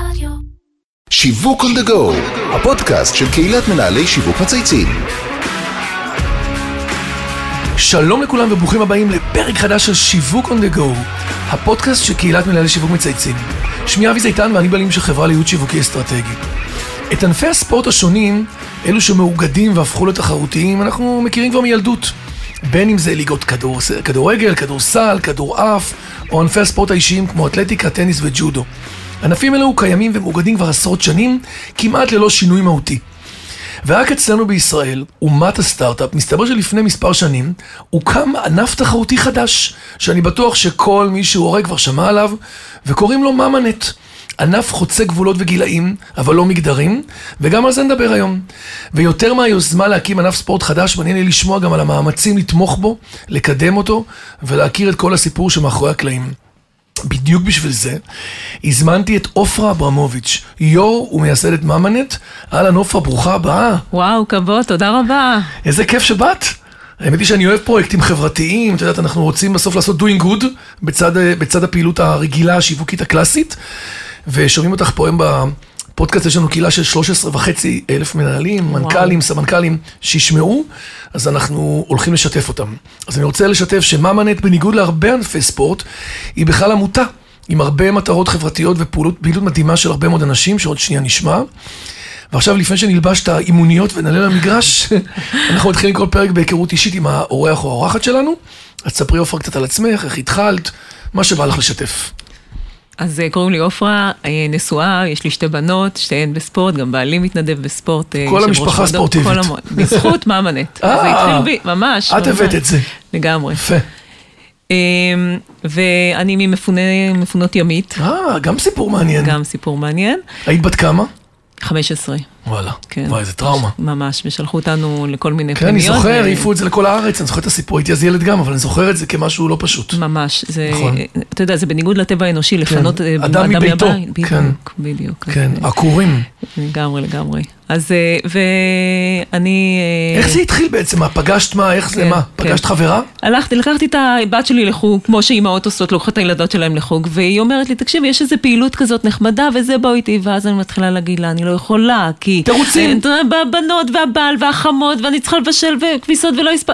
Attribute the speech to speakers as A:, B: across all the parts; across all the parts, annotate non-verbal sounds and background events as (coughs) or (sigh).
A: רדיו.
B: שיווק on the go, הפודקאסט של קהילת מנהלי שיווק מצייצים.
C: שלום לכולם וברוכים הבאים לפרק חדש של שיווק on the go, הפודקאסט של קהילת מנהלי שיווק מצייצים. שמי אבי זיתן ואני בעלים של חברה לייעוד שיווקי אסטרטגי. את ענפי הספורט השונים, אלו שמאוגדים והפכו לתחרותיים, אנחנו מכירים כבר מילדות. בין אם זה ליגות כדור, כדורגל, כדורסל, כדורעף, או ענפי הספורט האישיים כמו אתלטיקה, טניס וג'ודו. ענפים אלו קיימים ומאוגדים כבר עשרות שנים, כמעט ללא שינוי מהותי. ורק אצלנו בישראל, אומת הסטארט-אפ, מסתבר שלפני מספר שנים, הוקם ענף תחרותי חדש, שאני בטוח שכל מי שהוא הורה כבר שמע עליו, וקוראים לו ממאנט. ענף חוצה גבולות וגילאים, אבל לא מגדרים, וגם על זה נדבר היום. ויותר מהיוזמה להקים ענף ספורט חדש, מעניין לי לשמוע גם על המאמצים לתמוך בו, לקדם אותו, ולהכיר את כל הסיפור שמאחורי הקלעים. בדיוק בשביל זה, הזמנתי את עופרה אברמוביץ', יו"ר ומייסדת ממאנט. אהלן עופרה, ברוכה הבאה.
D: וואו, כבוד, תודה רבה.
C: איזה כיף שבאת. האמת היא שאני אוהב פרויקטים חברתיים, את יודעת, אנחנו רוצים בסוף לעשות doing good, בצד, בצד הפעילות הרגילה, השיווקית הקלאסית, ושומעים אותך פה היום בפודקאסט, יש לנו קהילה של 13 וחצי אלף מנהלים, וואו. מנכ"לים, סמנכ"לים, שישמעו, אז אנחנו הולכים לשתף אותם. אז אני רוצה לשתף שמאמנט, בניגוד להרבה ענפי ספורט, היא בכלל עמותה, עם הרבה מטרות חברתיות ופעילות מדהימה של הרבה מאוד אנשים, שעוד שנייה נשמע. ועכשיו, לפני שנלבש את האימוניות ונעלה
D: (laughs)
C: למגרש, אנחנו נתחיל לקרוא פרק בהיכרות אישית עם האורח או האורחת שלנו. אז ספרי עופרה קצת על עצמך, איך התחלת, מה שבא לך לשתף.
D: אז אה, קוראים לי עופרה, אה, נשואה, יש לי שתי בנות, שתיהן בספורט, גם בעלי מתנדב בספורט. אה,
C: כל
D: יושב ראש
C: המשפחה
D: מועדון,
C: ספורטיבית.
D: כל המוע- בזכות
C: (laughs)
D: מאמנת.
C: אה,
D: זה התחיל בי, ממש.
C: את הבאת
D: ממש.
C: את זה.
D: לגמרי.
C: יפה.
D: אמ, ואני ממפונות ימית,
C: אה, גם סיפור מעניין.
D: גם סיפור מעניין.
C: היית בת כמה?
D: 15,
C: וואלה.
D: כן.
C: וואי, איזה טראומה.
D: ממש, ושלחו אותנו לכל מיני
C: כן, אני
D: פנימיות.
C: זוכר,
D: ו-
C: העיפו את זה לכל הארץ, אני זוכר את הסיפור, הייתי אז ילד גם, אבל אני זוכר את זה כמשהו לא פשוט.
D: ממש, זה,
C: נכון. כן.
D: אתה יודע, זה בניגוד לטבע האנושי, לפנות אה,
C: אדם מביתו,
D: מהבית. בדיוק,
C: כן.
D: בדיוק.
C: כן,
D: אז,
C: עקורים.
D: אה. לגמרי, לגמרי. אז, אה, ואני... אה,
C: איך זה התחיל בעצם? מה, פגשת מה, איך זה,
D: כן,
C: מה?
D: כן.
C: פגשת חברה?
D: הלכתי, לקחתי את הבת שלי לחוג, כמו שאימהות עושות, לוקחות את הילדות שלהן לחוג, והיא אומרת לי, תקשיב, יש איזו פעילות כזאת נחמדה, וזה בוא איתי, ואז אני מתחילה להגיד לה, אני לא יכולה, כי...
C: תירוצים.
D: אה, הבנות והבעל והחמות, ואני צריכה לבשל וכביסות ולא הספ...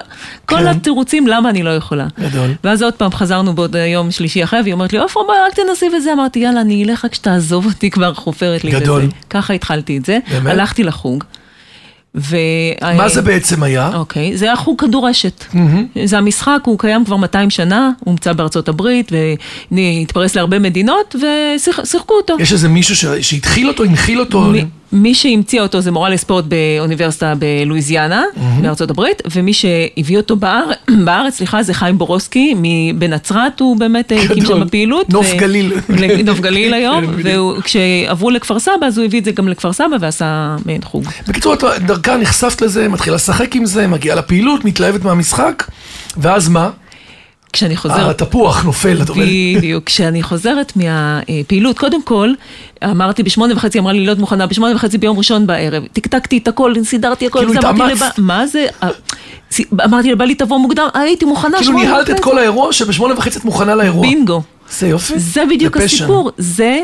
D: כל התירוצים, למה אני לא יכולה.
C: כן. גדול.
D: ואז עוד פעם חזרנו בעוד אה, יום שלישי אחרי, והיא אומרת לי, עופרה, בואי, אל תנסי וזה. אמרתי, יאללה, אני אלך רק שתעזוב אותי כבר, חופרת לי
C: גדול.
D: וזה. ככה התחלתי את זה.
C: באמת?
D: הלכתי לחוג. ו...
C: מה זה בעצם היה?
D: אוקיי, זה היה חוג כדורשת. זה המשחק, הוא קיים כבר 200 שנה, הוא הומצא בארצות הברית, והתפרס להרבה מדינות, ושיחקו אותו.
C: יש איזה מישהו ש- שהתחיל אותו, הנחיל אותו?
D: מי- מי שהמציאה אותו זה מורה לספורט באוניברסיטה בלואיזיאנה, בארצות הברית, ומי שהביא אותו באר- בארץ, סליחה, זה חיים בורובסקי, מ- בנצרת, הוא באמת אה, הקים
C: גדול.
D: שם פעילות.
C: נוף
D: ו-
C: גליל.
D: ל- נוף גליל
C: (laughs)
D: היום,
C: כן, בדיוק.
D: וכשעברו לכפר סבא, אז הוא הביא את זה גם לכפר סבא ועשה מעין חוג.
C: בקיצור, את דרכה נחשפת לזה, מתחילה לשחק עם זה, מגיעה לפעילות, מתלהבת מהמשחק, ואז מה?
D: כשאני חוזרת...
C: אה, התפוח נופל, את אומרת.
D: בדיוק, כשאני חוזרת מהפעילות, קודם כל, אמרתי בשמונה וחצי, אמרה לי להיות מוכנה, בשמונה וחצי ביום ראשון בערב, טקטקתי את הכל, סידרתי הכל,
C: כאילו
D: זה, אמרתי
C: התאמצת.
D: לבע- מה זה, אה, צי- אמרתי לבעלי תבוא מוקדם, הייתי מוכנה,
C: כאילו
D: שמונה
C: ניהלת את
D: וחצי.
C: כל האירוע שבשמונה וחצי את מוכנה לאירוע.
D: בינגו.
C: זה יופי.
D: זה בדיוק
C: passion.
D: הסיפור, זה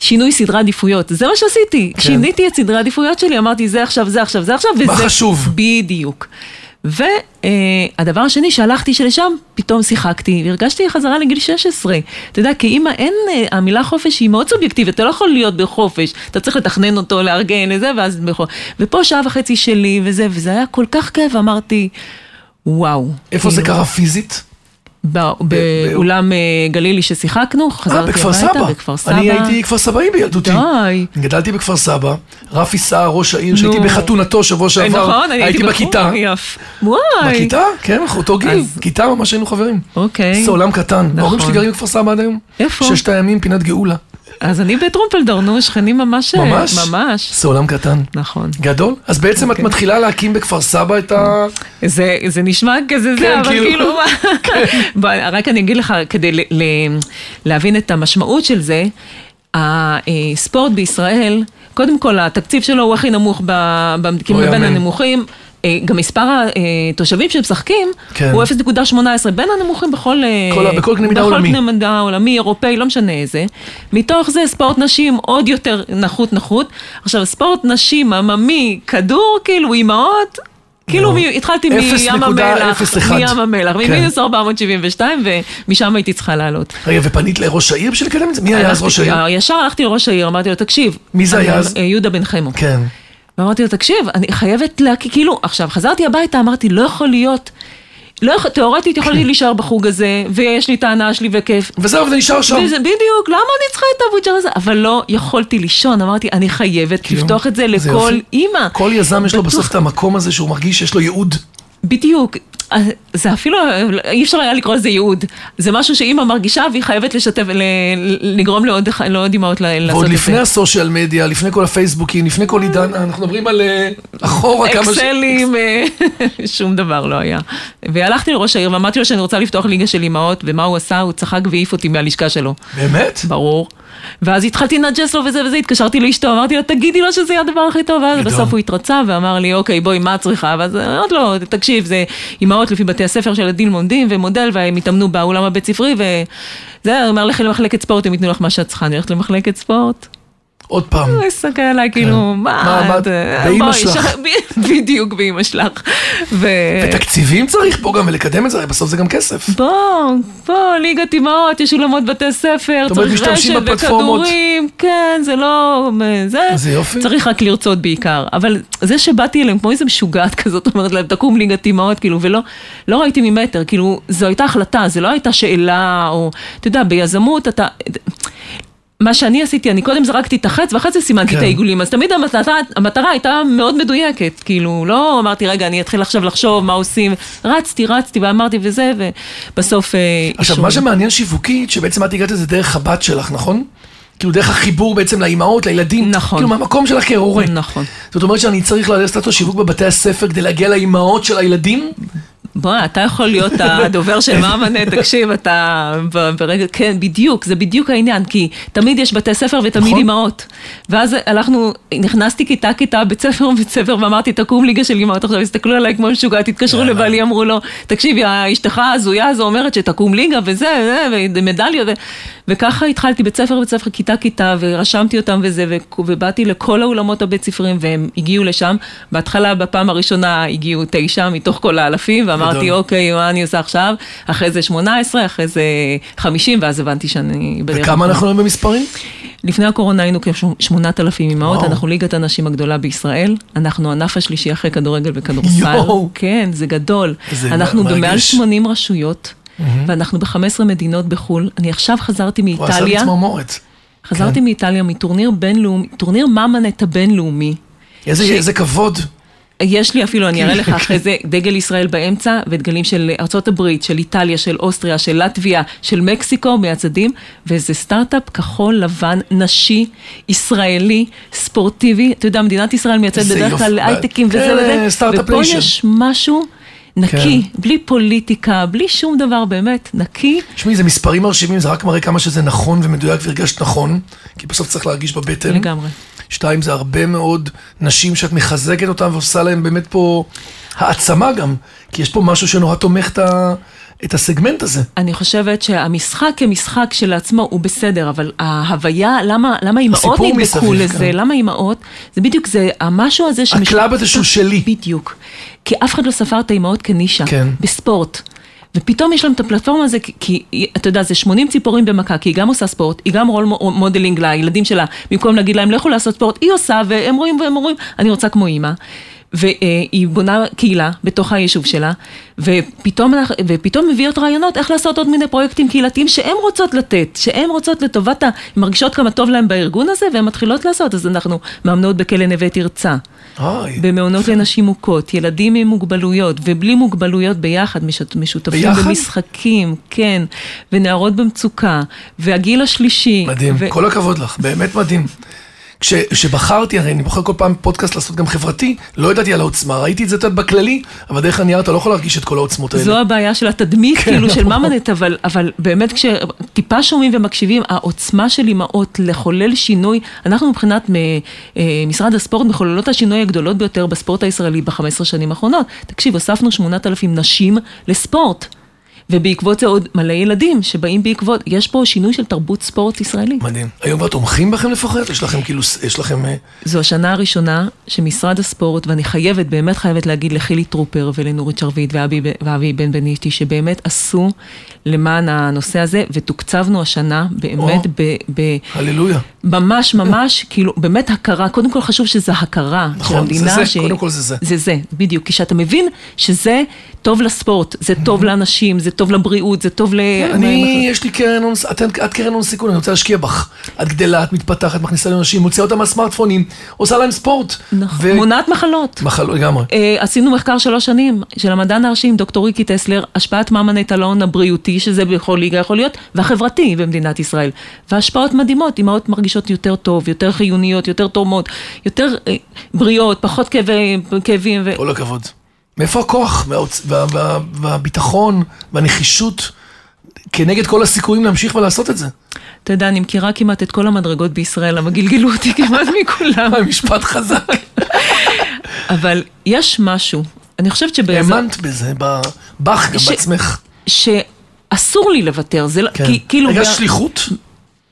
D: שינוי סדרי עדיפויות, זה מה שעשיתי, שיניתי את סדרי העדיפויות שלי, אמרתי זה עכשיו, זה עכשיו, זה עכשיו, וזה...
C: כן. מה חשוב?
D: בדיוק. והדבר השני, שהלכתי שלשם, פתאום שיחקתי, והרגשתי חזרה לגיל 16. אתה יודע, כאימא, אין, אה, המילה חופש היא מאוד סובייקטיבית, אתה לא יכול להיות בחופש, אתה צריך לתכנן אותו, לארגן את זה, ואז... בחופש. ופה שעה וחצי שלי, וזה, וזה היה כל כך כיף, אמרתי, וואו.
C: איפה זה
D: כאילו,
C: קרה פיזית? אה,
D: בא- באולם אה, גלילי ששיחקנו,
C: אה,
D: חזרתי
C: בכפר
D: הביתה,
C: סבא.
D: בכפר סבא.
C: אני הייתי כפר סבאי בילדותי.
D: די.
C: גדלתי בכפר סבא, רפי סער, ראש העיר, שהייתי
D: נו.
C: בחתונתו שבוע שעבר.
D: נכון, אני הייתי בחוג,
C: בכיתה.
D: יפ. וואי.
C: בכיתה, כן, אנחנו אותו גיל,
D: אז-
C: כיתה ממש היינו חברים.
D: אוקיי.
C: זה עולם קטן.
D: נכון.
C: ההורים שלי גרים בכפר סבא עד היום.
D: איפה?
C: ששת הימים, פינת גאולה.
D: אז אני בטרומפלדור, נו, שכנים ממש... אה,
C: ממש?
D: ממש.
C: זה עולם קטן.
D: נכון.
C: גדול. אז בעצם את
D: אוקיי.
C: מתחילה להקים בכפר סבא את ה...
D: זה, זה נשמע כזה
C: כן,
D: זה, אבל
C: כאילו.
D: כאילו,
C: (laughs)
D: מה- בוא, רק אני אגיד לך, כדי ל, ל, להבין את המשמעות של זה, אה, הספורט בישראל, קודם כל התקציב שלו הוא הכי נמוך, ב, ב, כאילו
C: לא
D: מבין
C: יאמן.
D: הנמוכים. אה, גם מספר התושבים שמשחקים
C: כן.
D: הוא 0.18, בין הנמוכים בכל... אה,
C: כל ה- בכל קנה מידה עולמי.
D: בכל קנה מידה עולמי, אירופאי, לא משנה איזה. מתוך זה ספורט נשים עוד יותר נחות נחות. עכשיו, ספורט נשים, עממי, כדור, כאילו, אימהות, כאילו,
C: נו.
D: מ- התחלתי מים
C: 0.01.
D: המלח, מים המלח,
C: כן.
D: ממינוס 472, ומשם הייתי צריכה לעלות.
C: רגע, ופנית לראש העיר בשביל לקדם את זה? מי היה אז
D: הלכתי-
C: ראש העיר?
D: אה, ישר הלכתי לראש העיר, אמרתי לו, תקשיב.
C: מי זה
D: אני-
C: היה אז?
D: אה, יהודה בן חמו.
C: כן.
D: ואמרתי לו, תקשיב, אני חייבת להקיא, כאילו, עכשיו, חזרתי הביתה, אמרתי, לא יכול להיות. לא יכול, תאורטית
C: כן.
D: יכולתי להישאר בחוג הזה, ויש לי את ההנאה שלי וכיף.
C: וזהו, וזה נשאר שם.
D: וזה בדיוק, למה אני צריכה את הבוג'ר הזה? אבל לא יכולתי לישון, אמרתי, אני חייבת
C: כאילו,
D: לפתוח את זה
C: זה
D: לכל
C: יופי.
D: אימא.
C: כל יזם יש לו
D: בטוח-
C: בסוף את המקום הזה שהוא מרגיש שיש לו ייעוד.
D: בדיוק. אז זה אפילו, אי אפשר היה לקרוא לזה ייעוד. זה משהו שאימא מרגישה והיא חייבת לשתף, ל, לגרום לעוד, אח- לעוד אימהות ל- לעשות את זה.
C: ועוד לפני הסושיאל מדיה, לפני כל הפייסבוקים, לפני כל עידן, אנחנו מדברים על אה, אחורה כמה... ש-
D: אקסלים, אה, (laughs) שום דבר לא היה. והלכתי לראש העיר ואמרתי לו שאני רוצה לפתוח ליגה של אימהות, ומה הוא עשה? הוא צחק והעיף אותי מהלשכה שלו.
C: באמת?
D: ברור. ואז התחלתי לנג'ס לו וזה וזה, התקשרתי לאשתו, אמרתי לו, תגידי לו שזה יהיה הדבר הכי טוב, ואז
C: גדול.
D: בסוף הוא התרצה ואמר לי, אוקיי, בואי, מה את צריכה? ואז אמרתי לו, תקשיב, זה אימהות לפי בתי הספר של הדין לומדים ומודל, והם התאמנו באולם הבית ספרי, וזה, הוא אמר לך למחלקת ספורט, הם ייתנו לך מה שאת צריכה, אני הולכת למחלקת ספורט.
C: עוד פעם.
D: הוא הסתכל עליי, כאילו, מה
C: כן. מה,
D: את...
C: מה, באמא
D: בואי,
C: שלך."
D: ש- ב- (laughs) בדיוק, באמא שלך. ו...
C: ותקציבים צריך פה גם, ולקדם את זה, הרי בסוף זה גם כסף.
D: בוא, בוא, ליגת אימהות, יש אולמות בתי ספר,
C: אומרת,
D: צריך רשת
C: משתמשים בפלטפורמות.
D: וכדורים, כן, זה לא... זה,
C: זה יופי.
D: צריך רק לרצות בעיקר. אבל זה שבאתי אליהם כמו איזה משוגעת (laughs) כזאת, אומרת להם, תקום ליגת אימהות, כאילו, ולא לא ראיתי ממטר, כאילו, זו הייתה החלטה, זו לא הייתה שאלה, או, אתה יודע, ביזמות אתה... מה שאני עשיתי, אני קודם זרקתי את החץ ואחרי זה סימנתי
C: כן.
D: את העיגולים, אז תמיד המטרה, המטרה הייתה מאוד מדויקת, כאילו, לא אמרתי, רגע, אני אתחיל עכשיו לחשוב מה עושים, רצתי, רצתי ואמרתי וזה, ובסוף... אה,
C: עכשיו,
D: אישרו
C: מה
D: לי.
C: שמעניין שיווקית, שבעצם את הגעת לזה דרך הבת שלך, נכון? כאילו דרך החיבור בעצם לאימהות, לילדים.
D: נכון.
C: כאילו מהמקום שלך כהורה.
D: נכון.
C: זאת אומרת שאני צריך לעשות לו שיווק בבתי הספר כדי להגיע לאימהות של הילדים?
D: בוא, אתה יכול להיות הדובר של מאמנה, תקשיב, אתה ב- ברגע, כן, בדיוק, זה בדיוק העניין, כי תמיד יש בתי ספר ותמיד
C: נכון.
D: אימהות. ואז הלכנו, נכנסתי כיתה-כיתה, בית ספר בית ספר, ואמרתי, תקום ליגה של אימהות עכשיו, הסתכלו עליי כמו משוגעת, התקשרו לבעלי, אמרו לו, תקשיבי, אשתך ההזויה הזו אומרת שתקום ליגה וזה, וזה, ומדליות, ו- וככה התחלתי בית ספר בית ספר, כיתה-כיתה, ורשמתי אותם וזה, וכ- ובאתי לכל האולמות הבית ספריים, והם הגיעו לשם. בהתחלה, בפעם הראשונה, הגיעו תשע מתוך כל האלפים, ואמרתי,
C: גדול.
D: אוקיי, מה אני עושה עכשיו? אחרי זה 18, אחרי זה 50, ואז הבנתי שאני בדרך.
C: וכמה אנחנו היום במספרים?
D: לפני הקורונה היינו כ-8,000 אימהות,
C: וואו.
D: אנחנו ליגת הנשים הגדולה בישראל, אנחנו הענף השלישי אחרי כדורגל וכדורסל.
C: יואו.
D: כן, זה גדול.
C: זה
D: אנחנו
C: מרגש.
D: במעל 80 רשויות, ואנחנו ב-15 מדינות בחו"ל. אני עכשיו חזרתי
C: הוא עשה לי כן.
D: מאיטליה,
C: צמרמורת.
D: חזרתי מאיטליה מטורניר בינלאומי, טורניר מאמנת הבינלאומי.
C: איזה-
D: ש-
C: איזה כבוד.
D: יש לי אפילו,
C: כן,
D: אני אראה לך אחרי זה, דגל ישראל באמצע, ודגלים של ארה"ב, של איטליה, של אוסטריה, של לטביה, של מקסיקו מהצדים, וזה סטארט-אפ כחול לבן, נשי, ישראלי, ספורטיבי. אתה יודע, מדינת ישראל מייצאת
C: איזה
D: בדרך
C: יופי.
D: כלל הייטקים
C: כן,
D: וזה וזה,
C: סטארט-אפ
D: ופה
C: ניישן.
D: יש משהו נקי,
C: כן.
D: בלי פוליטיקה, בלי שום דבר, באמת, נקי.
C: תשמעי, זה מספרים מרשימים, זה רק מראה כמה שזה נכון ומדויק והרגשת נכון, כי בסוף צריך להרגיש בבטן.
D: לגמרי.
C: שתיים, זה הרבה מאוד נשים שאת מחזקת אותן ועושה להן באמת פה העצמה גם, כי יש פה משהו שנורא תומך את, ה... את הסגמנט הזה.
D: אני חושבת שהמשחק כמשחק כשלעצמו הוא בסדר, אבל ההוויה, למה, למה אימהות
C: הסיפור
D: נדבקו
C: מסביב,
D: לזה?
C: כן.
D: למה אימהות? זה בדיוק, זה המשהו הזה שמש-
C: הקלאב הזה שהוא שלי.
D: בדיוק. כי אף אחד לא ספר את האימהות כנישה.
C: כן.
D: בספורט. ופתאום יש להם את הפלטפורמה הזו, כי- כי היא- אתה יודע, זה 80 ציפורים במכה, כי היא גם עושה ספורט, היא גם רול מו- מודלינג לילדים שלה, במקום להגיד להם, לכו לעשות ספורט, היא עושה, והם רואים והם אומרים, אני רוצה כמו אימא. והיא בונה קהילה בתוך היישוב שלה, ופתאום, אנחנו- ופתאום מביאות רעיונות איך לעשות עוד מיני פרויקטים קהילתיים שהן רוצות לתת, שהן רוצות לטובת ה... הן מרגישות כמה טוב להן בארגון הזה, והן מתחילות לעשות, אז אנחנו מאמנות בכלא נווה תרצה.
C: אוי,
D: במעונות לנשים מוכות, ילדים עם מוגבלויות ובלי מוגבלויות ביחד, משות- משותפים
C: ביחד?
D: במשחקים, כן, ונערות במצוקה, והגיל השלישי.
C: מדהים,
D: ו-
C: כל הכבוד לך, באמת מדהים. כשבחרתי, הרי אני בוחר כל פעם פודקאסט לעשות גם חברתי, לא ידעתי על העוצמה, ראיתי את זה קצת בכללי, אבל דרך הנייר אתה לא יכול להרגיש את כל העוצמות האלה.
D: זו הבעיה של התדמית, כאילו, של ממנט, אבל, אבל באמת כשטיפה שומעים ומקשיבים, העוצמה של אימהות לחולל שינוי, אנחנו מבחינת מ, אה, משרד הספורט מחוללות השינוי הגדולות ביותר בספורט הישראלי ב-15 שנים האחרונות. תקשיב, הוספנו 8,000 נשים לספורט. ובעקבות זה עוד מלא ילדים שבאים בעקבות, יש פה שינוי של תרבות ספורט ישראלית.
C: מדהים. היום כבר תומכים בכם לפחות? יש לכם כאילו, ס- יש לכם... אה,
D: זו השנה הראשונה שמשרד הספורט, ואני חייבת, באמת חייבת להגיד לחילי טרופר ולנורית שרביט ואבי, ואבי בן בנישתי, שבאמת עשו למען הנושא הזה, ותוקצבנו השנה
C: או.
D: באמת ב... ב
C: הללויה.
D: ממש ממש, כאילו, באמת הכרה, קודם כל חשוב שזה הכרה של
C: נכון, זה
D: המדינה.
C: זה, קודם כל זה זה.
D: זה זה, בדיוק, כי שאתה מבין שזה טוב לספורט, זה טוב לאנשים, זה טוב לבריאות, זה טוב ל...
C: אני, יש לי קרן הון, את, את קרן הון סיכון, אני רוצה להשקיע בך. את גדלה, את מתפתחת, מכניסה לאנשים, מוציאה אותם מהסמארטפונים, עושה להם ספורט.
D: נכון,
C: ו-
D: מונעת מחלות.
C: מחלות לגמרי.
D: אה, עשינו מחקר שלוש שנים של המדען הראשי עם דוקטור ריקי טסלר, השפעת מאמנת על ההון הבריאותי, שזה בכל ליגה יכול להיות, והחברתי במדינת ישראל. והשפעות מדהימות, אמהות מרגישות יותר טוב, יותר חיוניות, יותר תורמות, יותר אה, בריאות, פחות כאבי, כאבים. ו...
C: כל הכבוד. מאיפה הכוח והאוצ- וה- וה- והביטחון והנחישות כנגד כל הסיכויים להמשיך ולעשות את זה?
D: אתה יודע, אני מכירה כמעט את כל המדרגות בישראל, אבל גלגלו אותי כמעט מכולם.
C: (laughs) משפט חזק.
D: אבל יש משהו, אני חושבת שבאזור...
C: האמנת בזה, ב- בך גם
D: ש-
C: בעצמך.
D: שאסור לי לוותר, זה לא...
C: כן.
D: כי- כאילו...
C: הרגשת שליחות?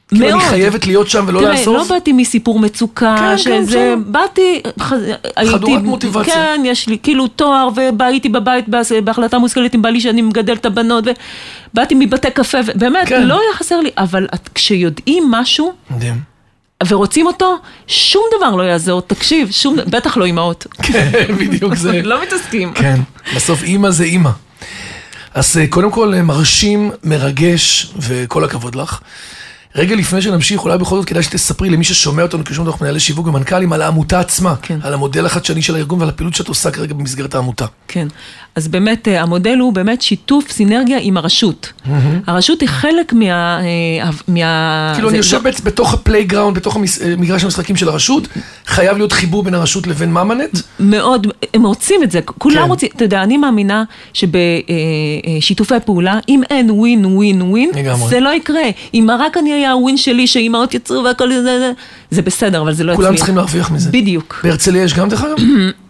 C: כאילו אני חייבת להיות שם ולא
D: תראה,
C: לעזוב?
D: לא באתי מסיפור מצוקה,
C: כן,
D: כן,
C: כן,
D: שזה,
C: בסדר.
D: כן, באתי, ח... הייתי,
C: מוטיבציה.
D: כן, יש לי כאילו תואר, והייתי בבית בהס- בהחלטה מושכלית עם בעלי שאני מגדל את הבנות, ובאתי מבתי קפה, ו- באמת,
C: כן.
D: כן. לא היה חסר לי, אבל את, כשיודעים משהו
C: מדהים. (laughs)
D: ורוצים אותו, שום דבר לא יעזור, תקשיב, שום, בטח לא
C: (laughs)
D: אימהות,
C: כן, בדיוק זה.
D: לא מתעסקים.
C: כן, בסוף אימא זה אימא. אז אה, קודם כל, אה, מרשים, מרגש, וכל הכבוד לך. רגע לפני שנמשיך, אולי בכל זאת כדאי שתספרי למי ששומע אותנו כשומעים אותך מנהלי שיווק ומנכ"לים על העמותה עצמה,
D: כן.
C: על המודל החדשני של הארגון ועל הפעילות שאת עושה כרגע במסגרת העמותה.
D: כן. אז באמת, אה, המודל הוא באמת שיתוף סינרגיה עם הרשות. הרשות היא חלק מה... אה, הב- מה...
C: כאילו,
D: זה- לא-
C: אני
D: זה-
C: יושב בעצ- בתוך הפלייגראונד, בתוך המס- אה, מגרש המשחקים של הרשות, חייב להיות חיבור בין הרשות לבין מאמנט.
D: מאוד, הם רוצים את זה, כולם
C: כן.
D: כן. רוצים, אתה יודע, אני מאמינה אה, שבשיתופי פעולה, אם אין ווין ווין ווין,
C: לגמרי.
D: זה לא יקרה. אם רק אני היה הווין שלי, שאימהות יצרו והכל זה, זה, זה בסדר, אבל זה לא יצליח.
C: כולם צריכים להרוויח מזה.
D: בדיוק.
C: בהרצליה יש גם דרך
D: (coughs)
C: אגב?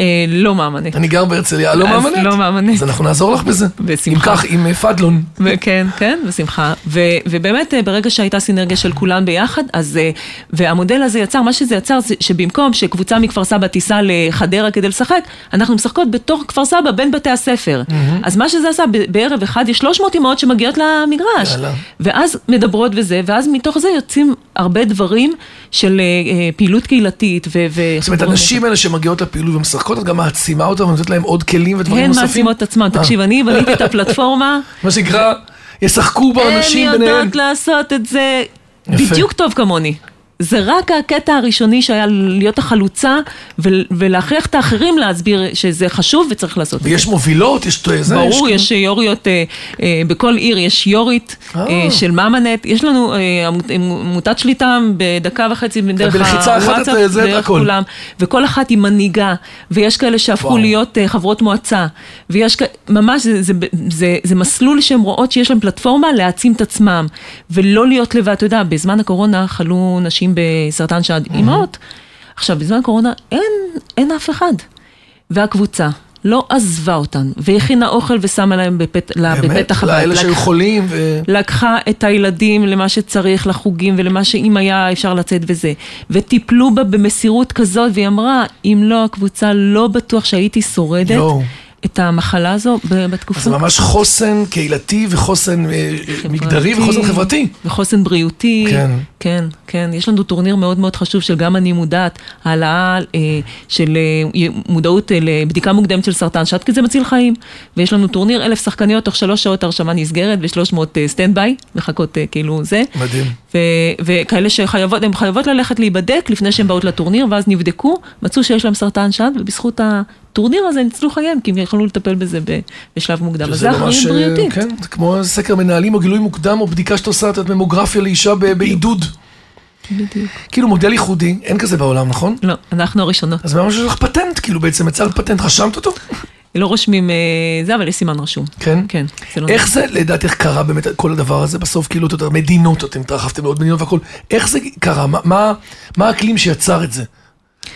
D: אה, לא מאמנת.
C: אני גר בהרצליה, לא
D: אז
C: מאמנת?
D: לא מאמנת.
C: אז אנחנו נעזור לך בזה.
D: בשמחה.
C: אם כך, עם אה, פדלון.
D: ו- כן, כן, בשמחה. ו, ובאמת, אה, ברגע שהייתה סינרגיה של כולן ביחד, אז... אה, והמודל הזה יצר, מה שזה יצר זה שבמקום שקבוצה מכפר סבא תיסע לחדרה כדי לשחק, אנחנו משחקות בתוך כפר סבא בין בתי הספר. אז מה שזה עשה, ב- בערב אחד יש 300 אמהות שמגיעות למגרש.
C: יאללה.
D: ואז מדברות וזה, ואז מתוך זה יוצאים הרבה דברים של אה, אה, פעילות קהילתית ו... ו-
C: זאת אומרת, הנשים האלה שמגיעות לפעילות ומשחקות, את גם מעצימה אותן ונותנת להן עוד כלים ודברים
D: הן
C: נוספים.
D: מעצימות את עצמן.
C: אה. (laughs)
D: תקשיב, אני בניתי את הפלטפורמה.
C: מה שנקרא, ישחקו באנשים
D: הן
C: ביניהן.
D: יודעות לעשות את זה
C: יפה.
D: בדיוק טוב כמוני. זה רק הקטע הראשוני שהיה להיות החלוצה ול- ולהכריח את האחרים להסביר שזה חשוב וצריך לעשות את זה.
C: ויש מובילות, יש... זה,
D: ברור,
C: כאילו-
D: יש יוריות, אה, אה, בכל עיר יש יורית
C: אה.
D: אה, של מאמנט, יש לנו אה, עמות- עמותת שליטה אה, בדקה וחצי דרך
C: בלחיצה אחת
D: הוואטסאפ,
C: את אה, זה, את
D: דרך
C: הכל.
D: כולם, וכל אחת היא מנהיגה, ויש כאלה שהפכו
C: וואו.
D: להיות אה, חברות מועצה, ויש כאלה, ממש, זה- זה- זה- זה מסלול שהן רואות שיש להן פלטפורמה להעצים את עצמם, ולא להיות לבד, אתה יודע, בזמן הקורונה חלו נשים בסרטן שד אימהות, עכשיו, בזמן הקורונה אין, אין אף אחד. והקבוצה לא עזבה אותן, והכינה אוכל ושמה להם בפת... לה-
C: באמת,
D: בפתח הבית.
C: לאלה שהיו
D: לקח-
C: חולים, ו...
D: לקחה את הילדים למה שצריך, לחוגים ולמה שאם היה אפשר לצאת וזה. וטיפלו בה במסירות כזאת, והיא אמרה, אם לא הקבוצה, לא בטוח שהייתי שורדת
C: יואו.
D: את המחלה הזו ב- בתקופה.
C: זה ממש חוסן קהילתי וחוסן אה, אה, מגדרי וחוסן חברתי.
D: וחוסן בריאותי.
C: כן.
D: כן, כן. יש לנו טורניר מאוד מאוד חשוב של גם אני מודעת, העלאה אה, של אה, מודעות אה, לבדיקה מוקדמת של סרטן שד, כי זה מציל חיים. ויש לנו טורניר אלף שחקניות, תוך שלוש שעות הרשמה נסגרת ו-300 אה, סטנד ביי, מחכות אה, כאילו זה.
C: מדהים.
D: ו- וכאלה שחייבות, הן חייבות ללכת להיבדק לפני שהן באות לטורניר, ואז נבדקו, מצאו שיש להן סרטן שד, ובזכות הטורניר הזה ניצלו חייהם, כי הם יכלו לטפל בזה ב- בשלב מוקדם. אז
C: שזה
D: זה
C: ממש,
D: אחריות
C: אה,
D: בריאותית.
C: כן, זה כמו סקר מנהלים או גילוי מוקדם או בדיקה שאת עושה את ממוגרפיה לאישה ב- בעידוד.
D: בדיוק.
C: כאילו מודל ייחודי, אין כזה בעולם, נכון?
D: לא, אנחנו הראשונות.
C: אז ממש יש לך פטנט, כאילו בעצם יצרת פטנט, רשמת אותו?
D: לא רושמים אה, זה, אבל יש סימן רשום.
C: כן?
D: כן. זה לא
C: איך זה, לדעתך, קרה באמת כל הדבר הזה? בסוף, כאילו, אתה יודע, מדינות, אתם התרחבתם לעוד מדינות והכול. איך זה קרה? מה- מה- מה האקלים שיצר את זה?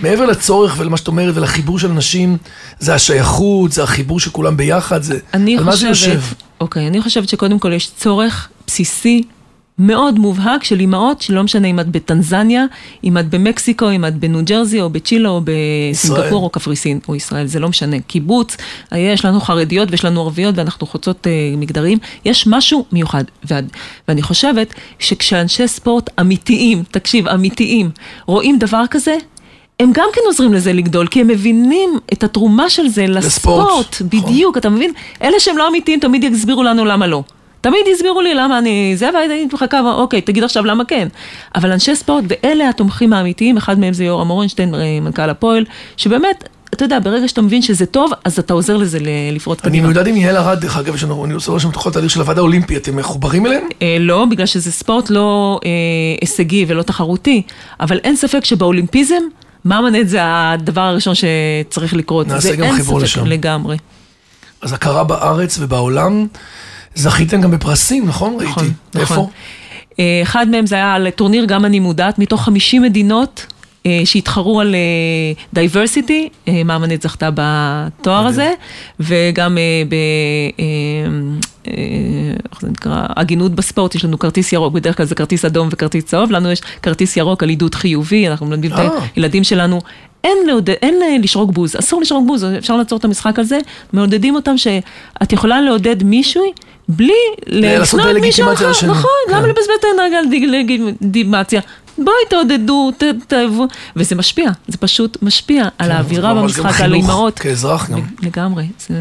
C: מעבר לצורך ולמה שאת אומרת ולחיבור של אנשים, זה השייכות, זה החיבור של כולם ביחד, זה...
D: אני
C: על מה זה
D: חושבת,
C: יושב?
D: אוקיי, אני חושבת שקודם כל יש צורך בסיסי מאוד מובהק של אימהות, שלא משנה אם את בטנזניה, אם את במקסיקו, אם את בניו ג'רזי, או בצ'ילה, או
C: ישראל.
D: בסינגפור, או קפריסין, או ישראל, זה לא משנה. קיבוץ, אה, יש לנו חרדיות ויש לנו ערביות, ואנחנו חוצות אה, מגדרים, יש משהו מיוחד. ואת- ואני חושבת שכשאנשי ספורט אמיתיים, תקשיב, אמיתיים, רואים דבר כזה, הם גם כן עוזרים לזה לגדול, כי הם מבינים את התרומה של זה
C: לספורט,
D: לספורט,
C: נכון.
D: בדיוק, אתה מבין? אלה שהם לא אמיתיים תמיד יסבירו לנו למה לא. תמיד יסבירו לי למה אני זה, והייתי מחכה, אבל אוקיי, תגיד עכשיו למה כן. אבל אנשי ספורט, ואלה התומכים האמיתיים, אחד מהם זה יורם אורנשטיין, אה, מנכ"ל הפועל, שבאמת, אתה יודע, ברגע שאתה מבין שזה טוב, אז אתה עוזר לזה ל- לפרוץ
C: אני לא-
D: קדימה.
C: מיודד עם יעל ארד, דרך אגב, יש לנו, אני עושה רושם את כל התהליך של הוועד האולימפי, אתם מחוברים אליהם?
D: אה, לא, בגלל שזה ספורט לא אה, הישגי ולא תחרותי, אבל אין ספק שבאולימפיזם, מאמנט זה הדבר הראשון שצריך לקרות.
C: נעשה
D: זה
C: גם
D: אין
C: חיבור
D: ספק
C: לשם.
D: לגמרי.
C: אז הכרה בארץ ובעולם, זכיתם גם בפרסים, נכון? ראיתי. איפה?
D: אה, אחד מהם זה היה על טורניר גם אני מודעת, מתוך 50 מדינות אה, שהתחרו על דייברסיטי, מאמנית זכתה בתואר הזה, וגם אה, ב... אה, אה, איך זה נקרא? הגינות בספורט, יש לנו כרטיס ירוק, בדרך כלל זה כרטיס אדום וכרטיס צהוב, לנו יש כרטיס ירוק על עידוד חיובי, אנחנו מלמדים את
C: אה.
D: הילדים שלנו. אין, לעודד, אין אה, לשרוק בוז, אסור לשרוק בוז, אפשר לעצור את המשחק הזה, מעודדים אותם שאת יכולה לעודד מישהו בלי
C: לעשות
D: לפנות
C: דה-לגיטימציה
D: מישהו אחר.
C: לשני.
D: נכון,
C: כן.
D: למה לבזבז את האנרגיה על דה-לגיטימציה? בואי תעודדו, ת- תאהבו, וזה משפיע, זה פשוט משפיע על האווירה
C: כן, ממש גם
D: במשחק, על
C: חינוך,
D: האימהות.
C: כאזרח גם.
D: לגמרי, זה...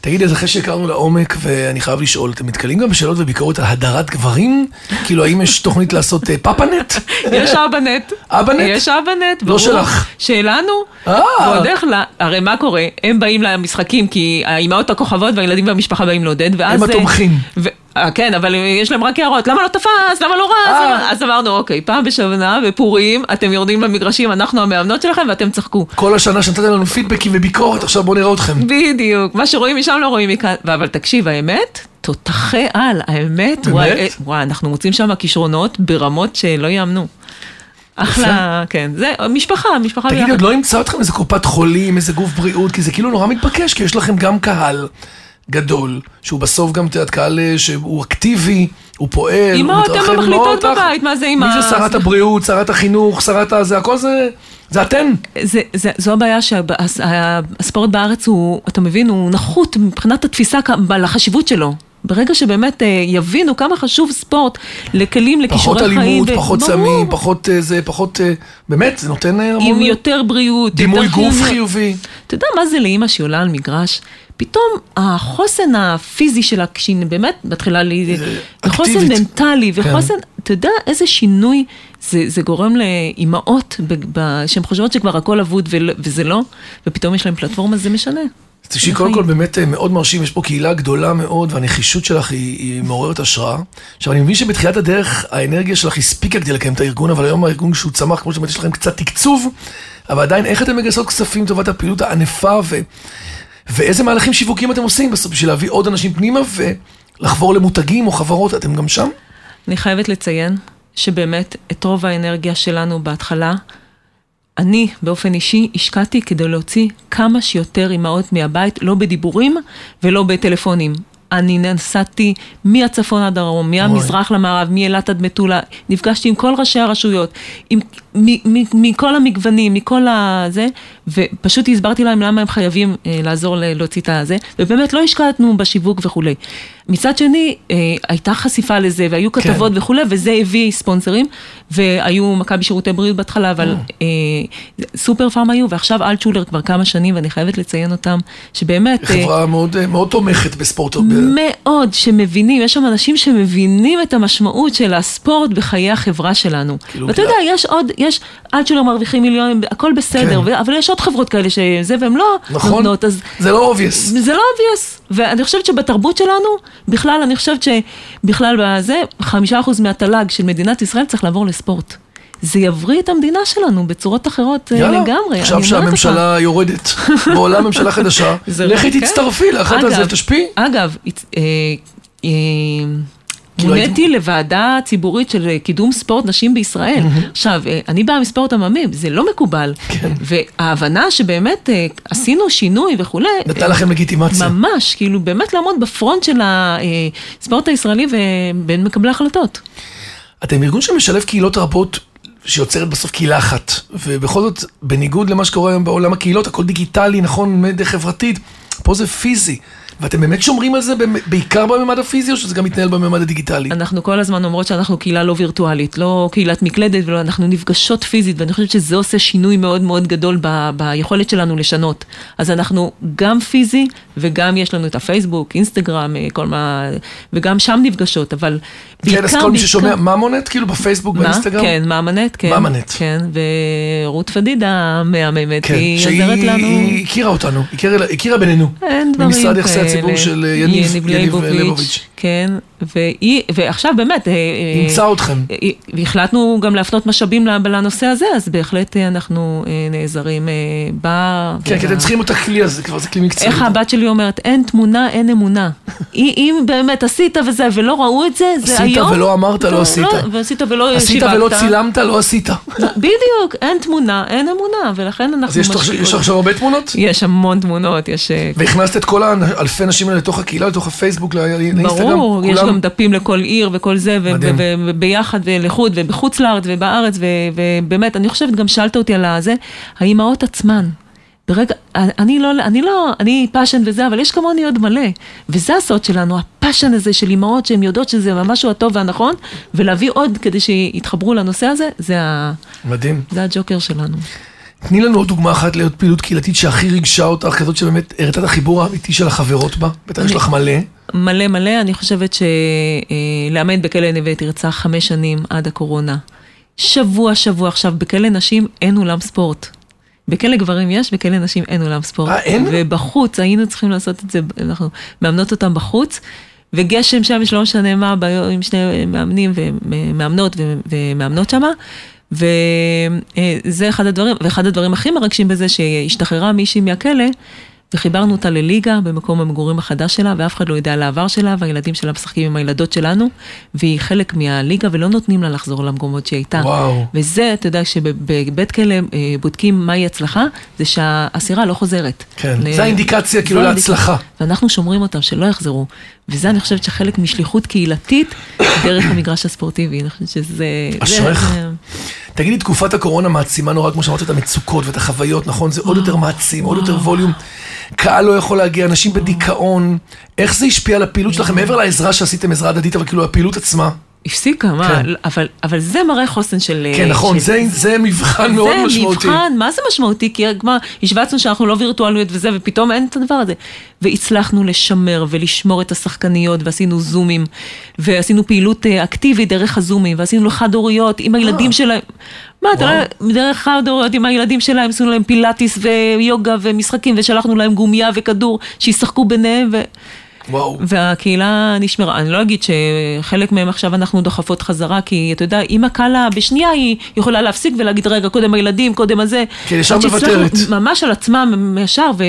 C: תגידי, אז אחרי שהכרנו לעומק, ואני חייב לשאול, אתם נתקלים גם בשאלות וביקורת על הדרת גברים? כאילו, האם יש תוכנית לעשות אה, פאפאנט?
D: יש אבנט.
C: אבנט?
D: יש אבנט,
C: לא
D: ברור.
C: שלך.
D: שלנו.
C: אה.
D: ועוד איך, לה- הרי מה קורה? הם באים למשחקים כי האימהות הכוכבות והילדים והמשפחה באים לעודד, ואז...
C: הם התומכים.
D: ו... אה, כן, אבל יש להם רק הערות, למה לא תפס? למה לא רץ?
C: אה.
D: למה-" אז אמרנו, אוקיי, פעם בשנה, בפורים, אתם יורדים במגרשים, אנחנו המאמנות שלכם ואתם צחקו.
C: כל השנה שנתתם לנו פידבקים וביקורת, עכשיו בואו נראה אתכם.
D: בדיוק, מה שרואים משם לא רואים מכאן. ו- אבל תקשיב, האמת, תותחי על, האמת,
C: באמת?
D: וואי, אה, וואי, אנחנו מוצאים שם כישרונות ברמות שלא יאמנו. אחלה, כן, זה משפחה, משפחה
C: תגידי, עוד לא ימצא אתכם איזה קופת חולים, איזה גוף בריאות, כי זה כאילו נורא מתבקש, כי יש לכם גם קהל גדול, שהוא בסוף גם, את יודעת, קהל אה, שהוא אקטיבי, הוא פועל, הוא
D: אמהות, הן
C: מתרחב, לא
D: מחליטות
C: אותך.
D: בבית, מה זה אמא?
C: מי זה שרת הבריאות, שרת החינוך, שרת הזה, הכל זה, זה אתן.
D: זה, זה, זו הבעיה שהספורט בארץ הוא, אתה מבין, הוא נחות מבחינת התפיסה כ- על החשיבות שלו. ברגע שבאמת אה, יבינו כמה חשוב ספורט לכלים,
C: פחות
D: לכישורי חיים.
C: אלימות,
D: ו-
C: פחות
D: ברור.
C: סמים, פחות אה, זה, פחות, אה, באמת, זה נותן אה, המון
D: עם יותר בריאות,
C: דימוי
D: יותר
C: גוף
D: חיוניות.
C: חיובי.
D: אתה יודע מה זה לאימא שעולה על מגרש? פתאום החוסן הפיזי שלה, כשהיא באמת מתחילה ל... וחוסן
C: אקטיבית.
D: מנטלי,
C: כן.
D: וחוסן, אתה יודע איזה שינוי זה, זה גורם לאימהות, ב- ב- שהן חושבות שכבר הכל אבוד ולא- וזה לא, ופתאום יש להן פלטפורמה, זה משנה.
C: תקשיבי,
D: נכון.
C: קודם כל באמת אה, מאוד מרשים, יש פה קהילה גדולה מאוד, והנחישות שלך היא, היא מעוררת השראה. עכשיו, אני מבין שבתחילת הדרך האנרגיה שלך הספיקה כדי לקיים את הארגון, אבל היום הארגון שהוא צמח, כמו שאמרת, יש לכם קצת תקצוב, אבל עדיין, איך אתם מגייסות כספים לטובת הפעילות הענפה, ו... ואיזה מהלכים שיווקיים אתם עושים בסוף, בשביל להביא עוד אנשים פנימה ולחבור למותגים או חברות, אתם גם שם?
D: אני חייבת לציין שבאמת את רוב האנרגיה שלנו בהתחלה, אני באופן אישי השקעתי כדי להוציא כמה שיותר אימהות מהבית, לא בדיבורים ולא בטלפונים. אני נסעתי מהצפון עד הרום, מהמזרח למערב, מאילת עד מטולה, נפגשתי עם כל ראשי הרשויות, עם, מ, מ, מכל המגוונים, מכל ה... זה, ופשוט הסברתי להם למה הם חייבים אה, לעזור ל- להוציא את הזה, ובאמת לא השקענו בשיווק וכולי. מצד שני, אה, הייתה חשיפה לזה, והיו כתבות
C: כן.
D: וכולי, וזה הביא ספונסרים, והיו מכבי שירותי בריאות בהתחלה, אבל אה, סופר פארם היו, ועכשיו אלטשולר כבר כמה שנים, ואני חייבת לציין אותם, שבאמת... אה,
C: חברה מאוד, אה, מאוד תומכת בספורט. ב-
D: מאוד שמבינים, יש שם אנשים שמבינים את המשמעות של הספורט בחיי החברה שלנו.
C: כאילו,
D: ואתה יודע,
C: בגלל-
D: יש עוד, יש, עד שלא מרוויחים מיליונים, הכל בסדר,
C: כן.
D: ו- אבל יש עוד חברות כאלה שזה, והן לא
C: נכון?
D: נותנות, אז
C: זה לא obvious.
D: זה לא obvious, ואני חושבת שבתרבות שלנו, בכלל, אני חושבת שבכלל בזה, חמישה אחוז מהתל"ג של מדינת ישראל צריך לעבור לספורט. זה יבריא את המדינה שלנו בצורות אחרות אה,
C: יאללה,
D: לגמרי.
C: עכשיו
D: אני אומרת לך.
C: שהממשלה יורדת, ועולה ממשלה חדשה,
D: (laughs) זה
C: לכי
D: רק- כן.
C: תצטרפי לאחת
D: אגב,
C: הזה, תשפיעי.
D: אגב, הצ- אה, אה,
C: כאילו
D: מוניתי לוועדה ציבורית של אה, קידום ספורט נשים בישראל. עכשיו, אה, אני באה מספורט עממי, זה לא מקובל.
C: כן.
D: וההבנה שבאמת אה, עשינו שינוי וכולי, אה,
C: נתן לכם לגיטימציה.
D: ממש, כאילו באמת לעמוד בפרונט של הספורט הישראלי ובין מקבלי החלטות.
C: אתם ארגון שמשלב קהילות רבות, שיוצרת בסוף קהילה אחת. ובכל זאת, בניגוד למה שקורה היום בעולם הקהילות, הכל דיגיטלי, נכון, מדיה חברתית, פה זה פיזי. ואתם באמת שומרים על זה במ- בעיקר בממד הפיזי, או שזה גם מתנהל בממד הדיגיטלי?
D: אנחנו כל הזמן אומרות שאנחנו קהילה לא וירטואלית, לא קהילת מקלדת, ולא, אנחנו נפגשות פיזית, ואני חושבת שזה עושה שינוי מאוד מאוד גדול ב, ביכולת שלנו לשנות. אז אנחנו גם פיזי, וגם יש לנו את הפייסבוק, אינסטגרם, אה, כל מה, וגם שם נפגשות, אבל בעיקר,
C: כן, אז כל מי ששומע, מה מונט? כאילו בפייסבוק,
D: מה?
C: באינסטגרם?
D: כן, מאמנת, כן.
C: מאמנת.
D: כן, ורות פדידה המהממת,
C: כן,
D: היא
C: שהיא
D: עוזרת לנו. אה,
C: היא הכירה אותנו, הכירה- הכירה בינינו.
D: אין דברים כאלה.
C: במשרד יחסי הציבור של אה, יניב יניב ליבוביץ'.
D: כן, והיא, ועכשיו באמת... אה, אה,
C: נמצא אתכם.
D: אה, והחלטנו גם להפנות משאבים ל- לנושא הזה, אז בהחלט אה, אנחנו אה, נעזרים אה, בה.
C: כן,
D: וב-
C: כי אתם צריכים את הכלי הזה, כבר זה כלי מקצועי.
D: אה. איך הבת שלי אומרת, אין תמונה,
C: (laughs)
D: אין אמונה. אם אם באמת עשית וזה, ולא ראו את זה, זה
C: עשית
D: היום...
C: ולא אמרת, לא עשית.
D: ועשית ולא שיווקת.
C: עשית ולא צילמת, לא עשית.
D: בדיוק, אין תמונה, אין אמונה, ולכן אנחנו
C: אז יש לך- יש
D: לא.
C: לך עכשיו הרבה תמונות?
D: יש המון תמונות, יש... אה,
C: והכנסת את כל האלפי נשים האלה לתוך הקהילה, לתוך הפייסבוק, לא- לאינסטגרם?
D: ברור, יש
C: כולם-
D: גם דפים לכל עיר וכל זה, ו-
C: מדהים.
D: ו- וביחד ולחוד ובחוץ לארץ ובארץ, ו- ובאמת, אני חושבת, גם שאלת אותי על הזה, האימהות עצמן. ברגע, אני לא, אני לא, אני פאשן וזה, אבל יש כמוני עוד מלא. וזה הסוד שלנו, הפאשן הזה של אימהות שהן יודעות שזה המשהו הטוב והנכון, ולהביא עוד כדי שיתחברו לנושא הזה, זה, ה,
C: מדהים.
D: זה הג'וקר שלנו.
C: תני לנו עוד דוגמה אחת להיות פעילות קהילתית שהכי ריגשה אותך, כזאת שבאמת הראתה את החיבור האמיתי של החברות בה. בטח יש
D: אני-
C: לך מלא.
D: מלא מלא, אני חושבת שלאמן בכלא נווה תרצה חמש שנים עד הקורונה. שבוע שבוע עכשיו, בכלא נשים אין אולם ספורט. בכלא גברים יש, בכלא נשים אין אולם ספורט.
C: אה, אין?
D: ובחוץ, היינו צריכים לעשות את זה, אנחנו מאמנות אותם בחוץ, וגשם שם, שלא משנה מה, ביום עם שני מאמנים ומאמנות ומאמנות שמה. וזה אחד הדברים, ואחד הדברים הכי מרגשים בזה שהשתחררה מישהי מהכלא, וחיברנו אותה לליגה במקום המגורים החדש שלה, ואף אחד לא יודע על העבר שלה, והילדים שלה משחקים עם הילדות שלנו, והיא חלק מהליגה, ולא נותנים לה לחזור למקומות שהיא הייתה.
C: וואו.
D: וזה, אתה יודע, שבבית כלא אה, בודקים מהי הצלחה, זה שהאסירה לא חוזרת.
C: כן.
D: ל-
C: זה האינדיקציה כאילו
D: זו האינדיקציה.
C: להצלחה.
D: ואנחנו שומרים אותם שלא יחזרו. וזה, אני חושבת שחלק משליחות קהילתית דרך המגרש הספורטיבי. אני חושבת שזה...
C: אשריך.
D: זה-
C: תגידי, תקופת הקורונה מעצימה נורא, כמו שאמרת, את המצוקות ואת החוויות, נכון? זה עוד יותר מעצים, עוד יותר ווליום. קהל לא יכול להגיע, אנשים בדיכאון. איך זה השפיע על הפעילות שלכם, מעבר לעזרה שעשיתם, עזרה הדדית, אבל כאילו הפעילות עצמה?
D: הפסיקה, מה?
C: כן.
D: אבל, אבל זה מראה חוסן של...
C: כן, נכון,
D: של...
C: זה- זה מבחן מאוד משמעותי.
D: אה, זה מבחן, מה זה משמעותי? כי כבר השווצנו שאנחנו לא וירטואליות וזה, ופתאום אין את הדבר הזה. והצלחנו לשמר ולשמור את השחקניות, ועשינו זומים, ועשינו פעילות אה, אקטיבית דרך הזומים, ועשינו חד-הוריות עם
C: אה.
D: הילדים שלהם. מה, אתה לא... דרך חד-הוריות עם הילדים שלהם, עשינו להם פילאטיס ויוגה ומשחקים, ושלחנו להם גומייה וכדור, שישחקו ביניהם. ו...
C: וואו.
D: והקהילה נשמרה. אני לא אגיד שחלק מהם עכשיו אנחנו דוחפות חזרה, כי אתה יודע, אם הקהלה בשנייה היא יכולה להפסיק ולהגיד, רגע, קודם הילדים, קודם הזה.
C: כן, ישר
D: עד שהצלחנו
C: מוותרת.
D: ממש על עצמם ישר, ו...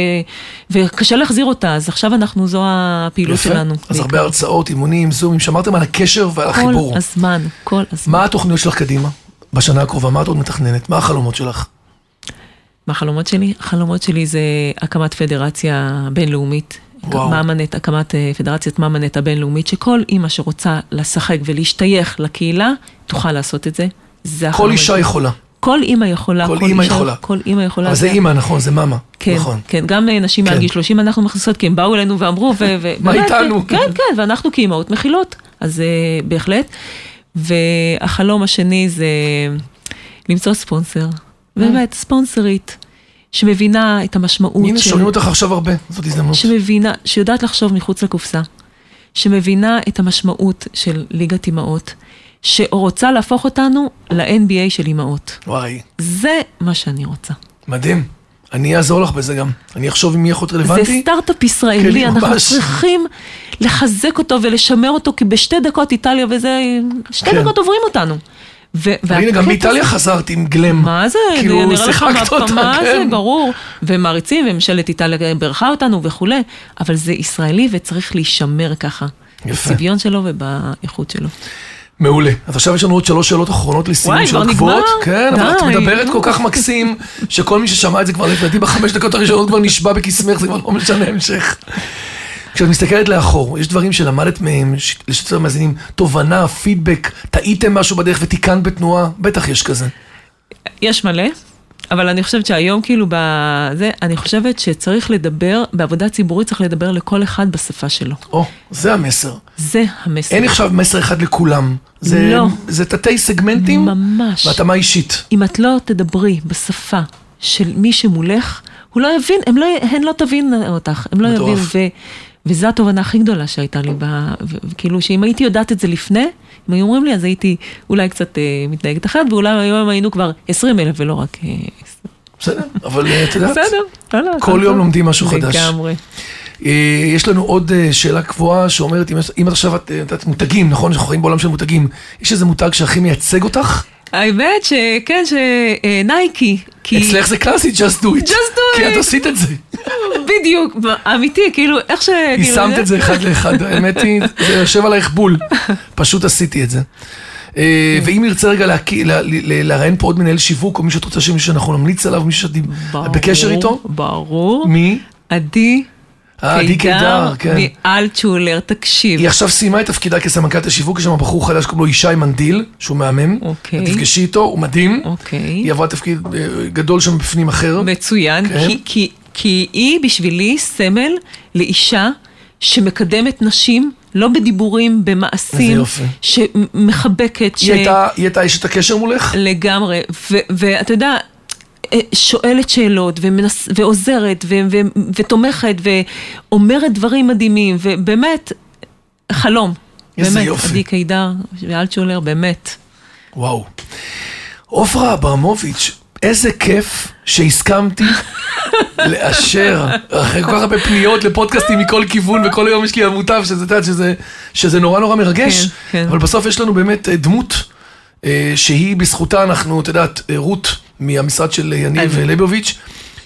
D: וקשה להחזיר אותה, אז עכשיו אנחנו, זו הפעילות
C: יפה.
D: שלנו.
C: אז הרבה
D: בעיקר.
C: הרצאות, אימונים, זומים, שמרתם על הקשר ועל החיבור.
D: כל הזמן, כל הזמן.
C: מה התוכניות שלך קדימה? בשנה הקרובה, מה את עוד מתכננת? מה החלומות שלך?
D: מה החלומות שלי? החלומות שלי זה הקמת פדרציה בינלאומית.
C: וואו.
D: מאמנת, הקמת אה, פדרציית מאמנת הבינלאומית, שכל אימא שרוצה לשחק ולהשתייך לקהילה, תוכל לעשות את זה. זה
C: כל
D: החלום
C: אישה
D: שלי.
C: יכולה.
D: כל אימא יכולה.
C: כל אימא
D: אישה-
C: יכולה.
D: כל אימא יכולה.
C: אבל זה אימא, נכון, זה מאמה.
D: כן,
C: נכון.
D: כן, גם אה, נשים
C: כן.
D: מעל גיל 30 אנחנו מכניסות, כי הם באו אלינו ואמרו, ו... ו-
C: מה
D: באמת,
C: איתנו?
D: כן, כן, ואנחנו כאימהות מכילות, אז אה, בהחלט. והחלום השני זה למצוא
C: אה.
D: ספונסר, באמת, ספונסרית, שמבינה את המשמעות
C: הנה,
D: של-
C: שומעים אותך עכשיו הרבה, זאת הזדמנות.
D: שמבינה, שיודעת לחשוב מחוץ לקופסה, שמבינה את המשמעות של ליגת אימהות, שרוצה להפוך אותנו ל-NBA של אימהות.
C: וואי,
D: זה מה שאני רוצה.
C: מדהים. אני אעזור לך בזה גם. אני אחשוב אם יהיה יכול להיות
D: זה
C: רלוונטי.
D: סטארט-אפ
C: כן,
D: ישראלי, אנחנו
C: ממש.
D: צריכים לחזק אותו ולשמר אותו, כי בשתי דקות איטליה וזה, שתי
C: כן.
D: דקות עוברים אותנו. ו-
C: הנה,
D: והקטע
C: גם מאיטליה
D: הזה-
C: חזרת עם גלם.
D: מה זה?
C: כאילו,
D: נראה לך
C: שיחקת
D: מה-
C: אותה,
D: מה זה,
C: כן.
D: ברור. ומעריצים, וממשלת איטליה בירכה אותנו וכולי, אבל זה ישראלי וצריך להישמר ככה.
C: יפה.
D: בצביון שלו ובאיכות שלו.
C: מעולה. אז עכשיו יש לנו עוד שלוש שאלות אחרונות לסיום
D: וואי,
C: של
D: כבר
C: עקבות.
D: נגמר?
C: כן, אבל את
D: די,
C: מדברת
D: נו.
C: כל כך מקסים, שכל מי ששמע את זה כבר לדעתי בחמש דקות הראשונות כבר נשבע בקסמך, זה כבר לא משנה המשך. כשאת מסתכלת לאחור, יש דברים שלמדת מהם, ש- לשיטת המאזינים, תובנה, פידבק, טעיתם משהו בדרך ותיקנת בתנועה, בטח יש כזה.
D: יש מלא, אבל אני חושבת שהיום כאילו בזה, אני חושבת שצריך לדבר, בעבודה ציבורית צריך לדבר לכל אחד בשפה שלו.
C: או, זה המסר.
D: זה המסר.
C: אין עכשיו מסר אחד לכולם. זה-
D: לא.
C: זה תתי סגמנטים.
D: ממש.
C: והתאמה אישית.
D: אם את לא תדברי בשפה של מי שמולך, הוא לא יבין, הם לא, הן לא תבין אותך, הם לא
C: מטורף.
D: יבינו. ו, וזו התובנה הכי גדולה שהייתה לי, ב, ו, כאילו שאם הייתי יודעת את זה לפני, אם היו אומרים לי, אז הייתי אולי קצת אה, מתנהגת אחרת, ואולי היום היינו כבר 20 אלף ולא רק... אה, עשר.
C: בסדר, אבל אה, את יודעת.
D: בסדר, לא, לא,
C: כל
D: הכל
C: יום
D: טוב.
C: לומדים משהו חדש.
D: לגמרי.
C: אה, יש לנו עוד אה, שאלה קבועה שאומרת, אם, אם עכשיו את אה, נתת מותגים, נכון? שאנחנו חיים בעולם של מותגים, יש איזה מותג שהכי מייצג אותך?
D: האמת שכן, שנייקי, כי...
C: אצלך זה קלאסי, just do it.
D: Just do
C: כי את
D: it.
C: עשית את זה.
D: בדיוק, אמיתי, כאילו, איך ש... כאילו,
C: יישמת
D: זה-
C: את זה אחד לאחד, האמת היא, זה יושב עלייך בול. פשוט עשיתי את זה. אה,
D: כן.
C: ואם ירצה רגע להקי- ל- ל- ל- לראיין פה עוד מנהל שיווק, או מישהו שאת רוצה שמישהו שאנחנו נמליץ עליו, מישהו שאת
D: ברור,
C: בקשר איתו?
D: ברור.
C: מי?
D: עדי
C: אה, עדי קידר, כן.
D: מאלטשולר, תקשיב.
C: היא עכשיו סיימה את תפקידה כסמנכ"לת השיווק, יש שם בחור חדש, קוראים לו ישי מנדיל, שהוא מהמם.
D: אוקיי.
C: את תפגשי איתו, הוא מדהים.
D: אוקיי.
C: היא עברה תפקיד אה, גדול שם בפנים אחר.
D: מצוין,
C: כן.
D: כי, כי, כי היא בשבילי סמל לאישה שמקדמת נשים, לא בדיבורים,
C: איזה
D: במעשים,
C: יופי.
D: שמחבקת,
C: היא הייתה- היא הייתה אשת הקשר מולך?
D: לגמרי, ו- ואתה יודע... אה, שואלת שאלות, ומנס, ועוזרת, ו, ו, ותומכת, ואומרת דברים מדהימים, ובאמת, חלום.
C: איזה
D: באמת,
C: יופי.
D: עדי קידר ואלטשולר, באמת.
C: וואו. עופרה אברמוביץ', איזה כיף
D: (laughs)
C: שהסכמתי לאשר, אחרי כל כך הרבה פניות לפודקאסטים מכל כיוון, וכל היום יש לי עמותיו, שזה, את יודעת, שזה, שזה נורא נורא מרגש,
D: כן, כן.
C: אבל בסוף יש לנו באמת אה, דמות, אה, שהיא בזכותה אנחנו, את יודעת, אה, רות מהמשרד של אה, יניב
D: אני-
C: ליבוביץ',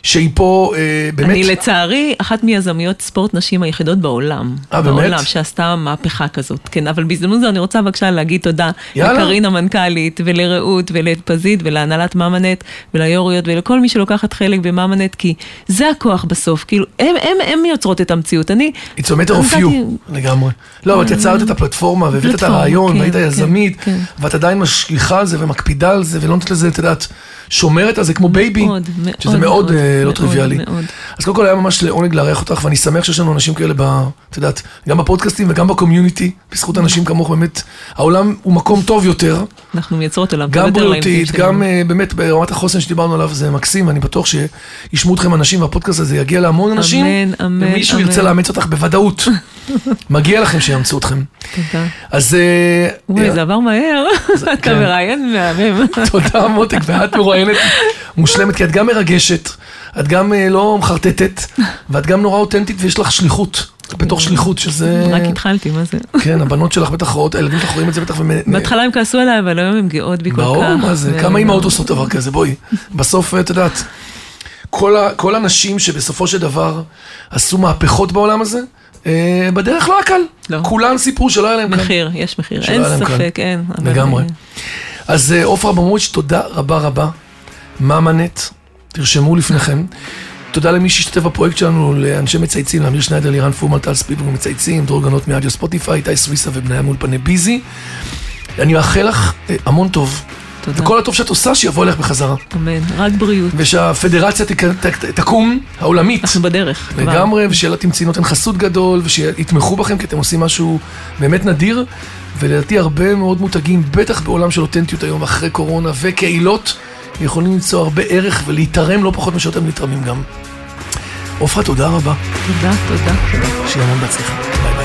C: שהיא פה אה, באמת...
D: אני לצערי אחת מיזמיות ספורט נשים היחידות בעולם.
C: אה, באמת?
D: בעולם, שעשתה מהפכה כזאת. כן, אבל בהזדמנות זו אני רוצה בבקשה להגיד תודה.
C: יאללה.
D: לקרין המנכ"לית, ולרעות, ולפזית, ולהנהלת ממנט, וליו"ריות, ולכל מי שלוקחת חלק בממנט, כי זה הכוח בסוף. כאילו, הם, הם, הם יוצרות את המציאות. אני...
C: It's a matter of you,
D: נתתי-
C: לגמרי. לא, אבל את יצרת את הפלטפורמה, והבאת את
D: פלטפורמה,
C: הרעיון,
D: כן,
C: והיית
D: כן,
C: יזמית,
D: כן.
C: ואת עדיין משליכה על זה ומקפידה על זה, ולא נותנת לזה, את יודעת, שומרת על זה כמו בייבי,
D: מאוד, מאוד,
C: שזה מאוד
D: מאוד,
C: אה, לא
D: מאוד,
C: טריוויאלי.
D: מאוד.
C: אז קודם כל היה ממש לעונג לארח אותך, ואני שמח שיש לנו אנשים כאלה, ב- את יודעת, גם בפודקאסטים וגם בקומיוניטי, בזכות אנשים כמוך, באמת, העולם הוא מקום טוב יותר.
D: אנחנו מייצרות עולם. טוב
C: גם
D: יותר כן. לילדים
C: בריאותית,
D: שלנו.
C: גם אה, באמת ברמת החוסן שדיברנו עליו, זה מקסים, ואני בטוח שישמעו אתכם אנשים, והפודקאסט הזה יגיע להמון אנשים.
D: אמן, אמן,
C: ומישהו
D: אמן.
C: ירצה לאמץ אותך בוודאות.
D: (laughs)
C: מגיע לכם שיאמצו אתכם.
D: תודה.
C: אז אה,
D: וואי,
C: אה,
D: זה עבר מהר. אתה
C: כן.
D: מראיין מהמם.
C: (laughs) תודה מותק, ואת מרואיינת מושלמת, כי את גם מרגשת, את גם אה, לא מחרטטת, ואת גם נורא אותנטית, ויש לך שליחות. את בתוך שליחות, שזה...
D: רק התחלתי, מה זה?
C: כן, הבנות שלך בטח רואות, הילדים שלך רואים את זה בטח. ומ-
D: בהתחלה הם כעסו עליי, אבל היום הם גאות בי כל כך. כן,
C: ברור, מה זה,
D: ו-
C: כמה אימהות עושות דבר כזה, בואי. בסוף, את יודעת, כל ה- כל הנשים שבסופו של דבר עשו מהפכות בעולם הזה, אה, בדרך לא היה קל.
D: לא.
C: כולן סיפרו שלא היה להם קל.
D: מחיר, יש מחיר,
C: שלא
D: אין
C: היה להם קל.
D: ספק, אין. אבל-
C: לגמרי. אז אה, עופרה ברמוביץ', תודה רבה רבה. ממאנט, תרשמו לפניכם. תודה למי שהשתתף בפרויקט שלנו, לאנשי מצייצים, לאמיר שניידר, לירן פומל, טל ספיד ומצייצים, דרור גנות מאדיו ספוטיפיי, איתי סוויסה ובניה מאולפני ביזי. אני מאחל לך אה, המון טוב,
D: תודה.
C: וכל הטוב שאת עושה שיבוא אליך בחזרה.
D: אמן, רק בריאות.
C: ושהפדרציה תק... ת... תקום, העולמית,
D: אנחנו בדרך. כבר.
C: לגמרי, ושאלה תמצאי נותן חסות גדול, ושיתמכו בכם, כי אתם עושים משהו באמת נדיר, ולדעתי הרבה מאוד מותגים, בטח בעולם של אותנטיות היום, אחרי קורונה, וקהילות, יכולים למצוא הרבה ערך ולהתערם לא פחות משאתם נתרמים גם. עופרה, תודה רבה,
D: תודה, תודה.
C: שיהיה המון בהצלחה. ביי ביי.